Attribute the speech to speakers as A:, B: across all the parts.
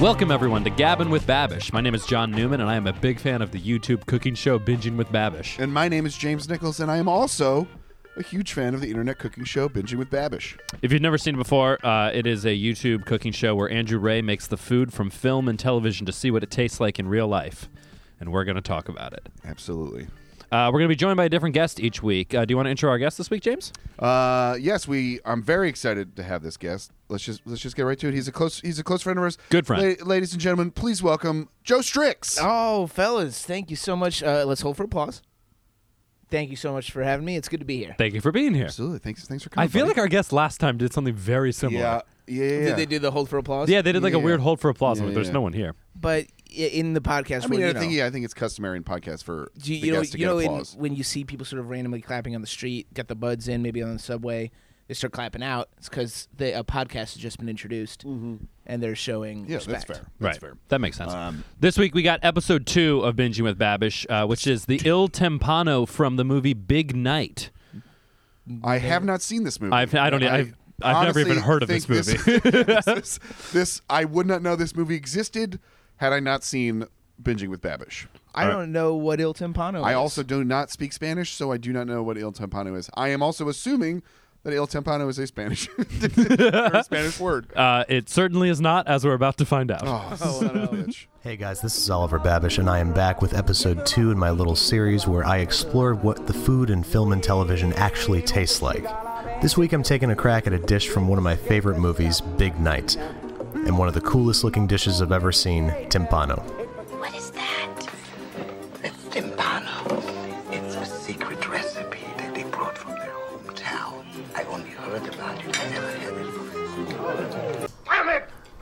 A: Welcome, everyone, to Gabbin' with Babish. My name is John Newman, and I am a big fan of the YouTube cooking show Binging with Babish.
B: And my name is James Nichols, and I am also a huge fan of the internet cooking show Binging with Babish.
A: If you've never seen it before, uh, it is a YouTube cooking show where Andrew Ray makes the food from film and television to see what it tastes like in real life. And we're going to talk about it.
B: Absolutely.
A: Uh, we're going to be joined by a different guest each week. Uh, do you want to intro our guest this week, James?
B: Uh, yes, we. I'm very excited to have this guest. Let's just let's just get right to it. He's a close he's a close friend of ours.
A: Good friend.
B: La- ladies and gentlemen, please welcome Joe Strix.
C: Oh, fellas, thank you so much. Uh, let's hold for applause. Thank you so much for having me. It's good to be here.
A: Thank you for being here.
B: Absolutely. Thanks thanks for coming.
A: I feel
B: buddy.
A: like our guest last time did something very similar.
B: yeah yeah yeah. yeah.
C: Did they do the hold for applause?
A: Yeah, they did like a
B: Yeah.
A: weird hold for applause. I'm
B: Yeah,
A: like, There's
B: yeah.
A: no one here.
C: But i- in the podcast,
B: I mean,
C: world,
B: I
C: you know,
B: think yeah, I think it's customary in podcasts for
C: do you,
B: the
C: you know,
B: guests to
C: you
B: get
C: know in-
B: applause.
C: when you see people sort of randomly clapping on the street, got the buds in, maybe on the subway, they start clapping out. It's because a podcast has just been introduced, and they're showing
B: Mm-hmm. yeah,
C: respect.
B: that's fair.
A: Right.
B: That's fair.
A: That makes sense.
B: Um,
A: this week we got episode two of Binging with Babish, uh, which is the Il Tempano from the movie Big Night.
B: I have not seen this movie.
A: I've- I don't- e, I've- I've never even
B: honestly
A: heard of this
B: think This, this, this- I would not know this movie existed had I not seen Binging with Babish.
C: I don't know what Il Timpano.
B: I
C: is.
B: also do not speak Spanish, so I do not know what Il Tempano is. I am also assuming that Il Tempano is a Spanish or a Spanish word.
A: Uh, it certainly is not, as we're about to find out.
B: Oh, bitch.
D: Hey guys, this is Oliver Babish, and I am back with episode two in my little series where I explore what the food in film and television actually tastes like. This week I'm taking a crack at a dish from one of my favorite movies, Big Night, and one of the coolest looking dishes I've ever seen, timpano.
E: What is that?
F: It's timpano. It's a secret recipe that they brought from their hometown. I only heard about it. I never had it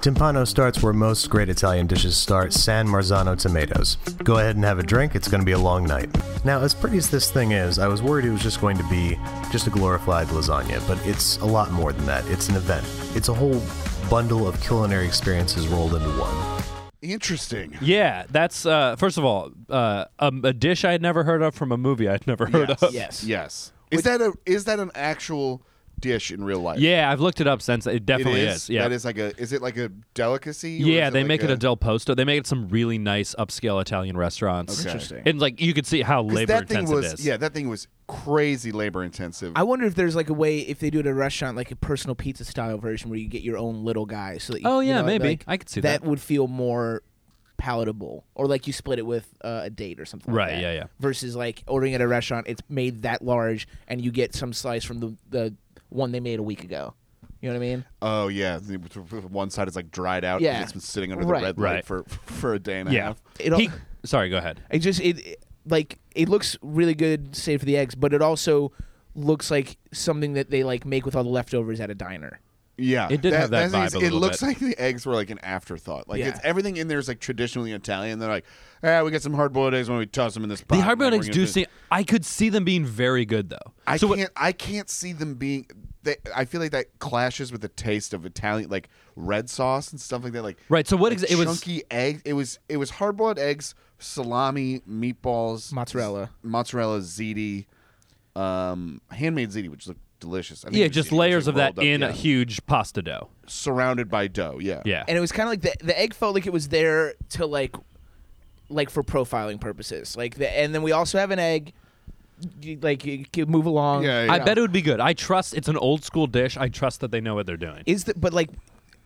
D: Timpano starts where most great Italian dishes start San Marzano tomatoes. Go ahead and have a drink, it's going to be a long night. Now, as pretty as this thing is, I was worried it was just going to be just a glorified lasagna, but it's a lot more than that. It's an event, it's a whole bundle of culinary experiences rolled into one.
B: Interesting.
A: Yeah, that's uh, first of all uh, um, a dish I had never heard of from a movie I'd never heard of.
C: yes.
B: Yes. Is that a is that an actual dish in real life?
A: Yeah, I've looked it up since. It
B: It
A: definitely
B: is.
A: Yeah,
B: That is like a. Is it like a delicacy? or
A: yeah.
B: is
A: They
B: like
A: make it a del posto. They make it some really nice upscale Italian restaurants.
B: Okay.
C: Interesting.
A: And like you could see how
B: 'cause
A: labor
B: that thing
A: intensive
B: was
A: it is.
B: yeah. That thing was crazy labor intensive.
C: I wonder if there's like a way if they do it at a restaurant, like a personal pizza style version, where you get your own little guy. So that you,
A: Oh,
C: you
A: yeah,
C: know,
A: maybe.
C: like,
A: I could see that.
C: That would feel more palatable, or like you split it with uh, a date or something.
A: Right,
C: Like that.
A: yeah, yeah.
C: Versus like ordering at a restaurant, it's made that large, and you get some slice from the the one they made a week ago. You know what I mean?
B: Oh yeah, The- one side is like dried out.
C: Yeah.
B: and it's been sitting under the
C: Right.
B: red light
A: Right.
B: for for a day and a
A: yeah.
B: half.
C: It all-
A: He- sorry, go ahead.
C: It just it it- like it looks really good, save for the eggs, but it also looks like something that they like make with all the leftovers at a diner.
B: Yeah,
A: It did have that
B: thing is,
A: vibe a
B: it
A: little
B: looks
A: bit.
B: like the eggs were like an afterthought. Like
C: Yeah.
B: it's everything in there is like traditionally Italian. They're like, ah, we got some hard boiled eggs when we toss them in this. pot,
A: The
B: and
A: hard-boiled
B: we're
A: eggs
B: gonna
A: do
B: finish."
A: seem. I could see them being very good though.
B: I
A: so what-
B: can't. I can't see them being. They, I feel like that clashes with the taste of Italian, like red sauce and stuff like that. Like
A: Right, so what
B: like
A: exa- it was-
B: chunky egg. It was it was hard boiled eggs, salami, meatballs,
C: Mozzarella.
B: mozzarella, ziti, um, handmade ziti, which looked delicious. I think
A: yeah,
B: it was
A: just
B: ziti. It was,
A: layers
B: like,
A: of that
B: rolled up,
A: in a
B: yeah.
A: huge pasta dough.
B: surrounded by dough. Yeah,
A: Yeah.
C: and it was kind of like the the egg felt like it was there to like like for profiling purposes like the and then we also have an egg you- like you can move along
B: Yeah, yeah.
A: I bet it would be good. I trust it's an old school dish. I trust that they know what they're doing.
C: is the but like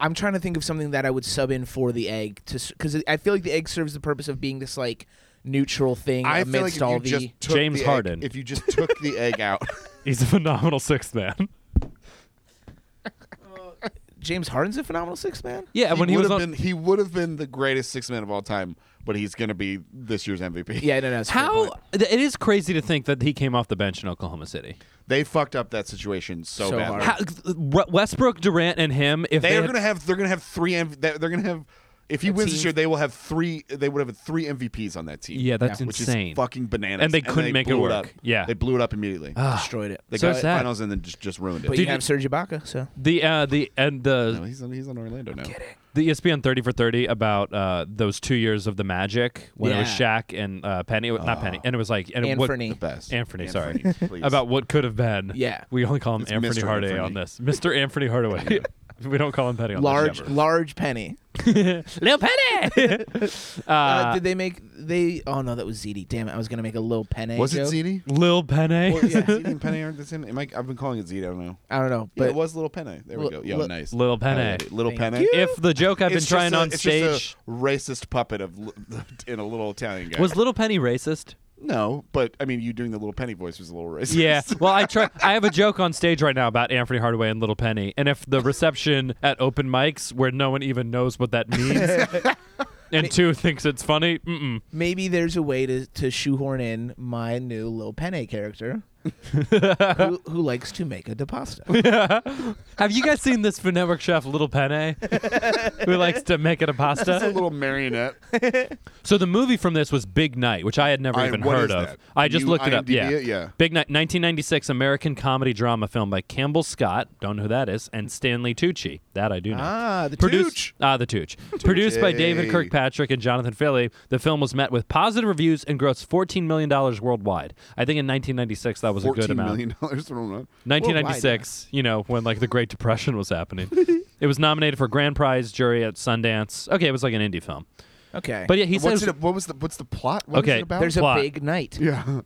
C: i'm trying to think of something that i would sub in for the egg to because i feel like the egg serves the purpose of being this like neutral thing
B: I feel like
C: amidst
B: if you
C: all the
B: just took
A: James
B: the egg-
A: Harden.
B: if you just took the egg out,
A: He's a phenomenal sixth man.
C: james harden's a phenomenal six man
A: Yeah, when he
B: would
A: was
B: have
A: on.
B: been, he would have been the greatest six man of all time, but he's going to be this year's MVP.
C: yeah no no it's a fair
A: how
C: point.
A: th- it is crazy to think that he came off the bench in Oklahoma City.
B: they fucked up that situation so,
C: So
B: bad.
C: hard.
A: How, R- Westbrook, Durant, and him. If they,
B: They, are
A: had-
B: going to have they're going to have three M- they're going to have if he wins this
C: team-
B: year they will have three they would have three MVPs on that team.
A: Yeah, that's
B: which
A: insane.
B: is fucking bananas.
A: And they couldn't make it
B: blew
A: work.
B: up.
A: Yeah. Ah,
B: they blew it up immediately.
C: destroyed it
B: they
A: so
B: got to
A: sad.
B: finals and then just, just ruined it.
C: but
A: Did
C: you have Serge Ibaka, so
A: the uh, the and the
B: No, he's on he's on Orlando now.
A: the E ESPN 30 for 30 about uh, those two years of the Magic when it was
C: Yeah. Ah.
A: Shaq and uh, Penny, not Penny, and it was like and what,
C: Anfernee. The
B: best.
A: Anfernee, sorry,
B: Anfernee, please.
A: about what could have been.
C: Yeah.
A: we only call him
B: It's
A: Anthony
B: Mr.
A: Hardaway
B: Anfernee.
A: on this, Mr. Anthony Hardaway. We don't call him Penny on
C: large,
A: this
C: large penny.
A: Lil Penny. uh,
C: Uh, did they make they? Oh no, that was ZD. Damn it, I was gonna make a little penny.
B: Was it
C: joke.
B: Ziti?
A: Lil Penny.
B: Well, yeah, Ziti and Penne aren't the same. Am I, I've been calling it Ziti. I don't know.
C: I don't know,
B: But
C: but
B: it was Little Penne. There we
C: Li-
B: go. Yo,
C: li-
B: nice.
A: Little Penne.
B: Penne. Little
C: Thank
B: Penne.
C: you.
A: If the joke I've been
B: It's
A: trying
B: just a-
A: on
B: it's just a
A: stage
B: racist puppet of li- in a little Italian guy.
A: was Little Penny racist.
B: no, but I mean, you doing the Little Penny voice was a little racist.
A: Yeah. Well, I try. I have a joke on stage right now about Anthony Hardaway and Little Penny, and if the reception at open mics where no one even knows what that means, and two thinks it's funny, mm-mm.
C: maybe there's a way to, to shoehorn in my new Lil Penne character, who, who likes to make a depasta.
A: Have you guys seen this Food Network chef Little Penne, who likes to make it a
B: It's a
A: pasta?
B: little marionette.
A: So the movie from this was Big Night, which I had never
B: I-
A: even
B: what
A: heard
B: is
A: of.
B: that?
A: I
B: Can
A: just
B: you
A: looked it up.
B: IMDb
A: Yeah.
B: it? Yeah.
A: Big Night, 1996 American comedy drama film by Campbell Scott, don't know who that is, and Stanley Tucci. That I do know.
C: ah, the
A: Produced,
C: Tooch.
A: ah, the Tooch. Produced by David
B: Tucci.
A: Kirkpatrick and Jonathan Philly, the film was met with positive reviews and grossed $14 million worldwide. I think in 1996 that was a good
B: Fourteen
A: amount.
B: million dollars. I don't know.
A: 1996, you know, when like the Great Depression was happening. it was nominated for grand prize jury at Sundance. Okay, it was like an indie film.
C: Okay,
A: But yeah, he
B: What's
A: says
B: it, what was the what's the plot? What is
A: Okay.
B: it about?
C: there's a
A: Plot.
C: big night.
B: yeah.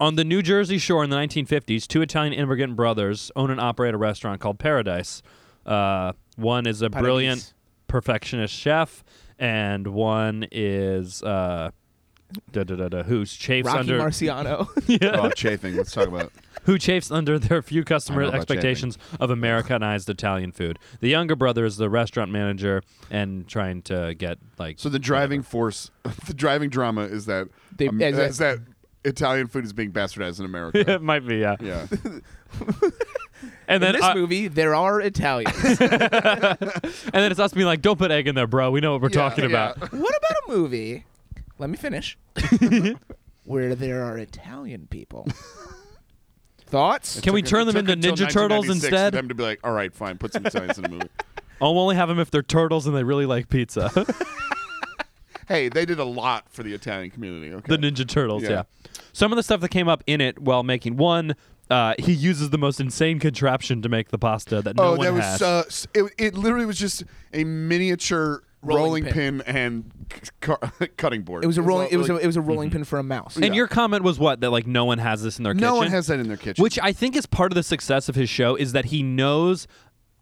A: On the New Jersey shore in the 1950s, two Italian immigrant brothers own and operate a restaurant called Paradise. Uh, one is a
C: Paradise.
A: brilliant perfectionist chef, and one is uh, da, da, da, da, who chafes
C: Rocky
A: under
C: Marciano.
B: Oh, chafing. Let's talk about.
A: who chafes under their few
B: I
A: customer
B: know about
A: expectations of Americanized Italian food. The younger brother is the restaurant manager and trying to get like
B: So the driving force, the driving drama is that
C: They-
B: um,
C: as a-
B: is that Italian food is being bastardized in America.
A: it might be yeah.
B: yeah.
A: And then
C: In this
A: uh,
C: movie, there are Italians.
A: and then it's us being like, don't put egg in there, bro. We know what we're talking about.
C: what about a movie? Let me finish. where there are Italian people. Thoughts?
A: Can we turn them into Ninja Turtles
B: For
A: instead?
B: them to be like, all right, fine, put some Italians in the movie.
A: I'll only have them if they're turtles and they really like pizza.
B: Hey, they did a lot for the Italian community.
A: the
B: Okay.
A: Ninja Turtles, yeah.
B: Yeah.
A: Some of the stuff that came up in it while making one, uh, he uses the most insane contraption to make the pasta that no
B: oh,
A: one
B: that
A: has.
B: was uh, s- it, it. Literally was just a miniature rolling,
C: Rolling
B: pin. and c- cu- cutting board.
C: It was a rolling.
B: not
C: It was a,
B: really-
C: it was a rolling
A: Mm-hmm.
C: pin for a mouse.
A: and your comment was what that like no one has this in their
B: no
A: kitchen.
B: one has that in their kitchen.
A: Which I think is part of the success of his show is that he knows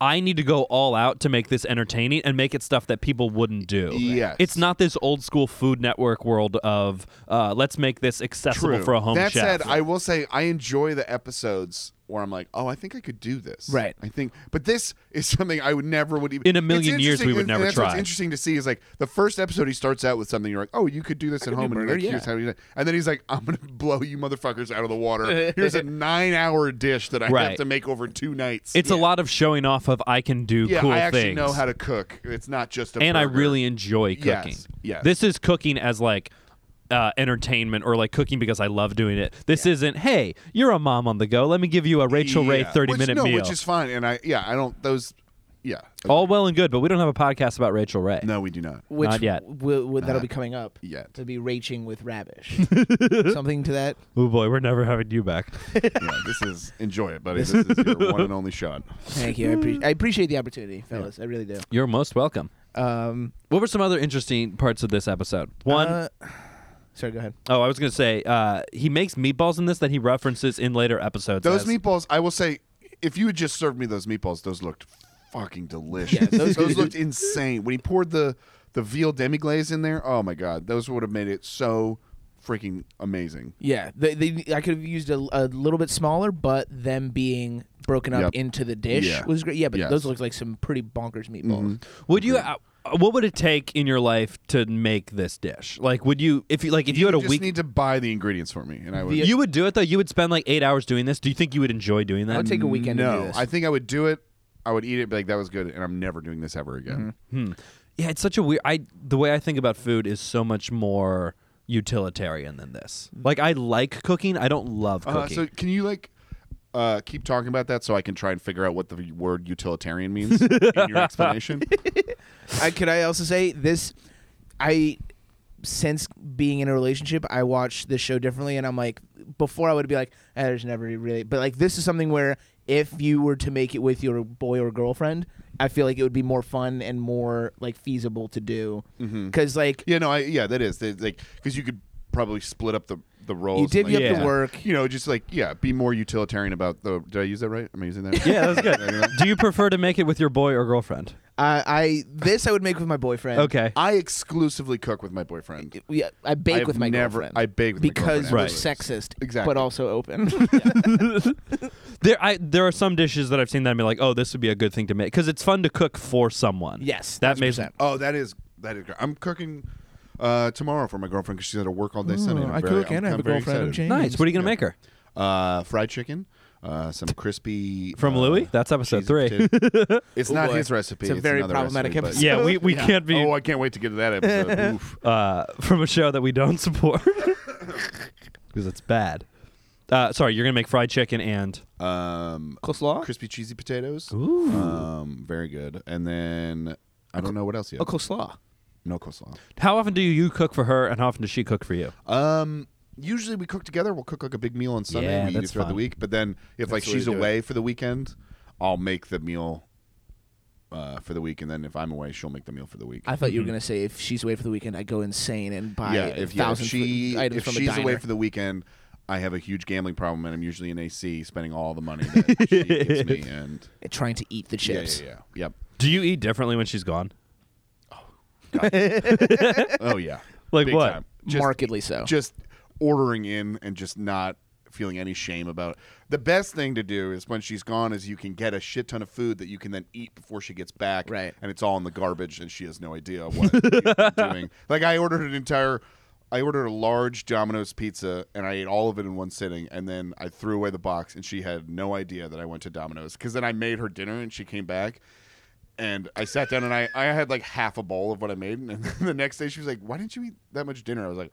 A: I need to go all out to make this entertaining and make it stuff that people wouldn't do.
B: Yes.
A: It's not this old school Food Network world of uh, let's make this accessible for a home
B: that
A: chef.
B: said, I will say I enjoy the episodes where I'm like, oh, I think I could do this.
C: Right.
B: I think, but this is something I would never would even
A: In a million
B: It's
A: years, we
B: interesting,
A: would
B: and-
A: never
B: and that's What's
A: try.
B: interesting to see is like the first episode he starts out with something you're like, oh, you could do this at home, and you're
C: burger,
B: like, here's
C: yeah.
B: how you do it. And then he's like, I'm gonna blow you motherfuckers out of the water. Here's a nine hour dish that I
A: Right.
B: have to make over two nights.
A: it's a lot of showing off of I can do
B: yeah,
A: cool
B: I actually
A: things.
B: know how to cook. It's not just a
A: and I
B: burger.
A: really enjoy cooking.
B: Yes, yes.
A: This is cooking as like uh, entertainment or like cooking because I love doing it. This isn't, hey, you're a mom on the go. Let me give you a Rachel Ray
B: Yeah.
A: 30
B: Which-
A: minute
B: no,
A: meal. Oh.
B: which is fine. And I yeah, I don't those yeah.
A: All well and good, but we don't have a podcast about Rachel Ray.
B: No, we do not.
C: which
A: Not yet.
C: w- w- that'll be coming up.
B: yet.
C: It'll be raging with ravish. Something to that.
A: Oh boy, we're never having you back.
B: yeah, this is enjoy it, buddy. This is your one and only shot.
C: Thank you. I, appre- I appreciate the opportunity, fellas. I really do.
A: You're most welcome.
C: Um,
A: What were some other interesting parts of this episode? One, oh,
C: uh, sorry, go ahead.
A: I was gonna say uh, he makes meatballs in this that he references in later episodes.
B: Those
A: as-
B: meatballs, I will say, if you had just served me those meatballs, those looked fucking delicious.
C: those-
B: those looked insane. When he poured the the veal demi glaze in there, oh my god, those would have made it so freaking amazing.
C: Yeah, they, they, I could have used a, a little bit smaller, but them being broken up
B: Yep.
C: into the dish
B: Yeah.
C: was great. Yeah, but
B: Yes. Mm-hmm.
C: those look like some pretty bonkers meatballs.
A: Would you? Uh, what would it take in your life to make this dish? Like, would you if you like if you, had a
B: just
A: week?
B: need to buy the ingredients for me, and I would.
C: The-
A: you would do it though. You would spend like eight hours doing this. Do you think you would enjoy doing that? Mm.
C: I would take a weekend to do
B: no,
C: this.
B: I think I would do it. I would eat it, be like, that was good, and I'm never doing this ever again.
C: Mm-hmm.
A: yeah, it's such a weird. I the way I think about food is so much more utilitarian than this. Like, I like cooking. I don't love cooking.
B: Uh, so can you like uh, keep talking about that so I can try and figure out what the word utilitarian means in your explanation?
C: I could I also say this I since being in a relationship, I watch this show differently and I'm like before I would be like, eh, there's never really but like this is something where if you were to make it with your boy or girlfriend, I feel like it would be more fun and more like feasible to do because like
B: Mm-hmm. Yeah, no, I yeah, that is They- like because you could probably split up the the roles.
C: you
B: and,
C: divvy
B: like,
C: up
A: Yeah.
C: the work.
B: You know, just like yeah, be more utilitarian about the. Did I use that right? Am I using that?
A: Yeah, that's good. Do you prefer to make it with your boy or girlfriend?
C: I, I this I would make with my boyfriend.
A: Okay.
B: I exclusively cook with my boyfriend.
C: Yeah, I bake
B: I've
C: with my
B: never-
C: girlfriend.
B: I bake with my
C: because
B: girlfriend,
C: we're
B: absolutely.
C: sexist,
B: Exactly.
C: but also open.
A: There, I there are some dishes that I've seen that I'm like, oh, this would be a good thing to make because it's fun to cook for someone.
C: Yes,
A: that makes.
C: 100%.
B: Oh, that is that is. great. I'm cooking uh, tomorrow for my girlfriend because she's at work all day Sunday. and I'm very- I'm- I'm very excited.
A: Nice. What are you gonna make her
B: Uh, fried chicken, uh, some crispy
A: from
B: uh,
A: Louis? That's episode three.
B: cheesy potato- it's
C: Oh,
B: not
C: boy.
B: his recipe.
C: It's a very
B: another
C: problematic
B: recipe, but-
C: episode.
A: yeah, we, we can't be
B: Oh, I can't wait to get to that episode. Oof.
A: uh, from a show that we don't support because it's bad. Uh, sorry, you're gonna make fried chicken and
B: Um,
C: Coleslaw?
B: crispy cheesy potatoes. Um, very good. And then I don't know what else yet.
C: A coleslaw.
B: No coleslaw.
A: how often do you cook for her and how often does she cook for you?
B: Um, usually we cook together. We'll cook like a big meal on Sunday.
A: Yeah,
B: we eat it
A: that's
B: throughout the
A: fun.
B: week. But then if like
C: the way to
B: she's
C: do it.
B: away for the weekend, I'll make the meal uh, for the week. And then if I'm away, she'll make the meal for the week.
C: I thought you were gonna say if she's away for the weekend, I go insane and buy
B: Mm-hmm. yeah,
C: a
B: if, yeah, if
C: thousand
B: she
C: items
B: if
C: from
B: she's
C: a diner.
B: away for the weekend, I have a huge gambling problem, and I'm usually in AC spending all the money that she gives me. And
C: trying to eat the
B: yeah, yeah,
C: chips.
B: yeah, yep.
A: Do you eat differently when she's gone?
B: Oh yeah,
A: Like
B: Big
A: what?
B: time. Just
C: Markedly so.
B: just ordering in and just not feeling any shame about it. The best thing to do is when she's gone is you can get a shit ton of food that you can then eat before she gets back.
C: Right.
B: And it's all in the garbage and she has no idea what you've been doing. Like I ordered an entire I ordered a large Domino's pizza and I ate all of it in one sitting and then I threw away the box and she had no idea that I went to Domino's cuz then I made her dinner and she came back and I sat down and I, I had like half a bowl of what I made. And then the next day she was like, Why didn't you eat that much dinner? I was like,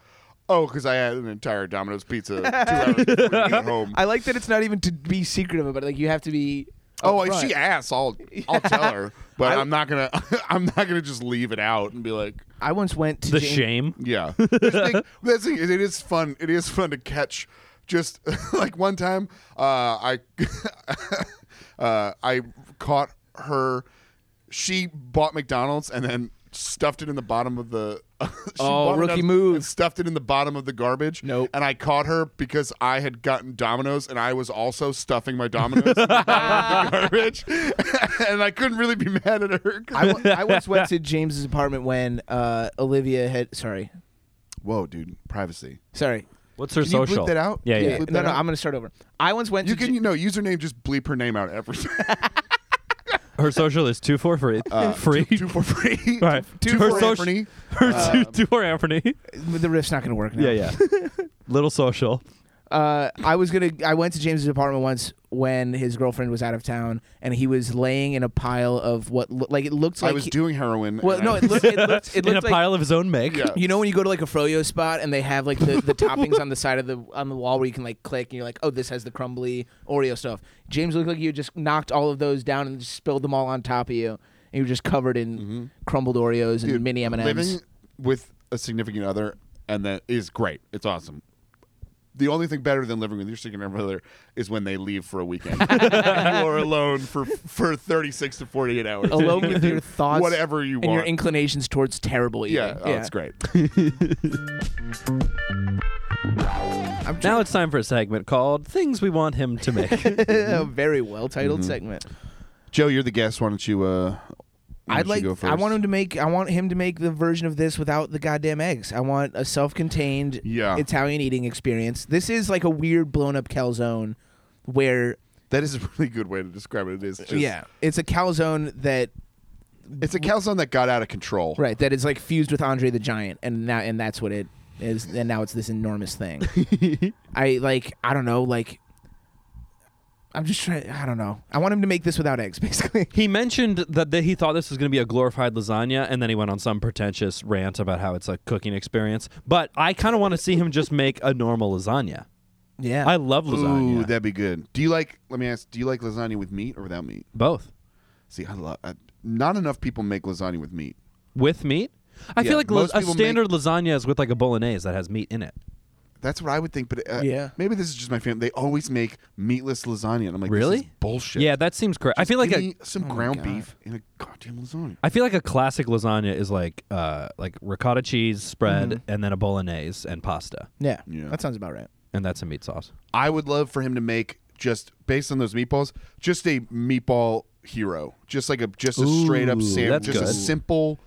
B: Oh, because I had an entire Domino's pizza two hours before you got home.
C: I like that it's not even to be secretive about it. Like you have to be.
B: oh, if
C: upfront.
B: she asks, I'll, I'll tell her. But I, am not going to, I'm not going to just leave it out and be like,
C: I once went to
A: The
C: Jane-
A: shame.
B: Yeah. There's thing- that's the thing is it is fun. It is fun to catch. Just like one time, uh, I uh, I caught her. She bought McDonald's and then stuffed it in the bottom of the. she bought
C: Oh, rookie
B: McDonald's
C: move.
B: And stuffed it in the bottom of the garbage.
C: Nope.
B: And I caught her because I had gotten Domino's and I was also stuffing my Domino's in the bottom of the garbage, and I couldn't really be mad at her. 'cause-
C: I, w- I once went to James's apartment when uh, Olivia had. Sorry,
B: Whoa, dude, privacy.
C: sorry.
A: What's her
B: Can you bleep
A: social?
B: that out?
A: Yeah,
B: Can you
A: yeah.
B: bleep
C: No,
B: that
C: no,
B: out?
C: I'm gonna start over. I once went
B: You
C: to.
B: can,
C: Ja-
B: you know, username just bleep her name out every time.
A: Her social is two for free. free.
B: Uh, Two, um, two for free.
A: All right.
B: Two,
A: her
B: for
A: social-
B: Anthony.
A: Her two, two for Anthony.
C: the riff's not gonna work now.
A: Yeah, yeah. Little social.
C: uh, I was gonna. I went to James's apartment once when his girlfriend was out of town, and he was laying in a pile of what lo- like it looked like.
B: I was
C: he-
B: doing heroin.
C: well,
B: and
C: no,
B: I-
C: it looked. It looked, it
A: In a
C: looked like,
A: pile of his own make.
B: Yeah.
C: You know when you go to like a froyo spot and they have like the, the toppings on the side of the on the wall where you can like click and you're like, oh, this has the crumbly Oreo stuff. James looked like you just knocked all of those down and just spilled them all on top of you, and you were just covered in crumbled Oreos and
B: Mm-hmm. Dude,
C: mini M and
B: Living
C: M's.
B: with a significant other and that is great. It's awesome. The only thing better than living with your significant other is when they leave for a weekend or alone for for 36 to 48 hours.
C: Alone with your thoughts,
B: Whatever you
C: and your
B: want.
C: inclinations towards terrible eating.
B: yeah, oh, it's great.
A: Now it's time for a segment called Things We Want Him to Make.
C: a very well titled
B: Mm-hmm.
C: segment.
B: Joe, you're the guest. Why don't you? Uh, why don't
C: I'd
B: you
C: like.
B: Go first?
C: I want him to make. I want him to make the version of this without the goddamn eggs. I want a self-contained
B: Yeah.
C: Italian eating experience. This is like a weird blown-up calzone, where
B: That is a really good way to describe it. It is. Just,
C: yeah, it's a calzone that
B: It's a calzone that got out of control.
C: right that is like fused with Andre the Giant, and now and that's what it is. And now it's this enormous thing. I like. I don't know. Like, I'm just trying. I don't know. I want him to make this without eggs, basically.
A: He mentioned that, that he thought this was going to be a glorified lasagna, and then he went on some pretentious rant about how it's a cooking experience. But I kind of want to see him just make a normal lasagna.
C: Yeah.
A: I love
B: Ooh,
A: lasagna.
B: that'd be good. Do you like? Let me ask. Do you like lasagna with meat or without meat?
A: Both.
B: See, I love. I, not enough people make lasagna with meat.
A: With meat? I
B: Yeah,
A: feel like la-
B: most
A: a
B: people
A: standard lasagna is with like a bolognese that has meat in it.
B: That's what I would think, but uh,
C: Yeah.
B: maybe this is just my family. They always make meatless lasagna, and I'm like, this
A: Really?
B: is bullshit.
A: Yeah, that seems correct. I feel like
B: Give
A: a,
B: me some
C: Oh
B: ground beef in a goddamn lasagna.
A: I feel like a classic lasagna is like uh like ricotta cheese spread
B: Mm-hmm.
A: and then a bolognese and pasta,
C: Yeah.
B: Yeah.
C: That sounds about right.
A: and that's a meat sauce.
B: I would love for him to make just based on those meatballs, just a meatball hero, just like a just a straight up
A: Ooh,
B: sandwich,
A: that's
B: just a
A: good.
B: simple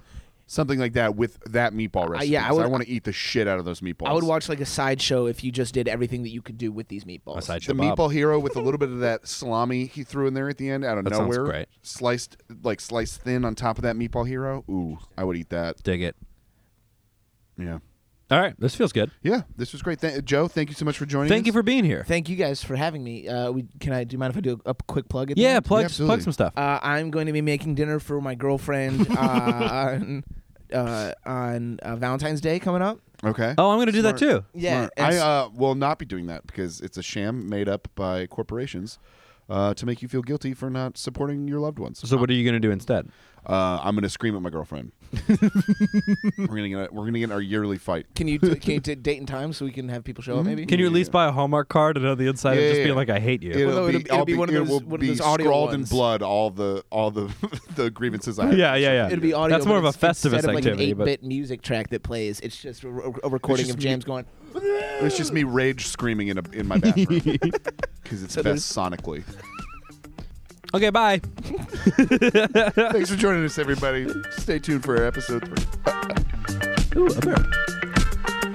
B: something like that with that meatball recipe.
C: yeah, I
B: 'cause
C: would-
B: want to eat the shit out of those meatballs.
C: I would watch like a sideshow if you just did everything that you could do with these meatballs.
A: A
B: Oh, the
A: sideshow Bob.
B: meatball hero with a little bit of that salami he threw in there at the end out of
A: That sounds
B: nowhere,
A: great.
B: sliced like sliced thin on top of that meatball hero. Ooh, I would eat that.
A: Dig it.
B: Yeah,
A: All right, this feels good.
B: yeah, this was great, Th- Joe. Thank you so much for joining.
A: Thank
B: us.
A: you for being here.
C: Thank you guys for having me. Uh, we can I do you mind if I do a, a quick plug? At the
A: yeah,
C: end?
A: plug
B: Yeah, absolutely.
A: plug some stuff.
C: Uh, I'm going to be making dinner for my girlfriend uh, on uh, on uh, Valentine's Day coming up.
B: okay.
A: oh, I'm gonna do that
B: smart.
A: too.
C: Yeah,
B: Smart. I
C: it's-
B: uh, will not be doing that because it's a sham made up by corporations uh, to make you feel guilty for not supporting your loved ones.
A: So what are you gonna do instead?
B: Uh, I'm gonna scream at my girlfriend. we're gonna get a- we're gonna get our yearly fight.
C: Can you t- can you t- date and time so we can have people show up? Maybe
A: Mm-hmm. Can you at least buy a Hallmark card and on the inside
B: Yeah,
A: it just
B: yeah,
A: be
B: yeah.
A: like I hate you?
C: Well, no, it'll be-
B: I'll
C: it'll be one of
B: it
C: those-
B: will
C: one of
B: be
C: those audio
B: scrawled in
C: ones.
B: blood all the all the the grievances I have.
A: yeah, yeah, yeah.
C: It'd be audio.
A: That's more
C: but
A: of a
C: it's-
A: festivus
C: instead of like
A: activity,
C: an
A: but
C: eight-bit music track that plays. It's just a, a recording
B: just
C: of James going.
B: It's just me rage screaming in a, in my bathroom because it's best sonically.
A: okay, bye.
B: Thanks for joining us, everybody. Stay tuned for episode three.
A: Ooh, a bear.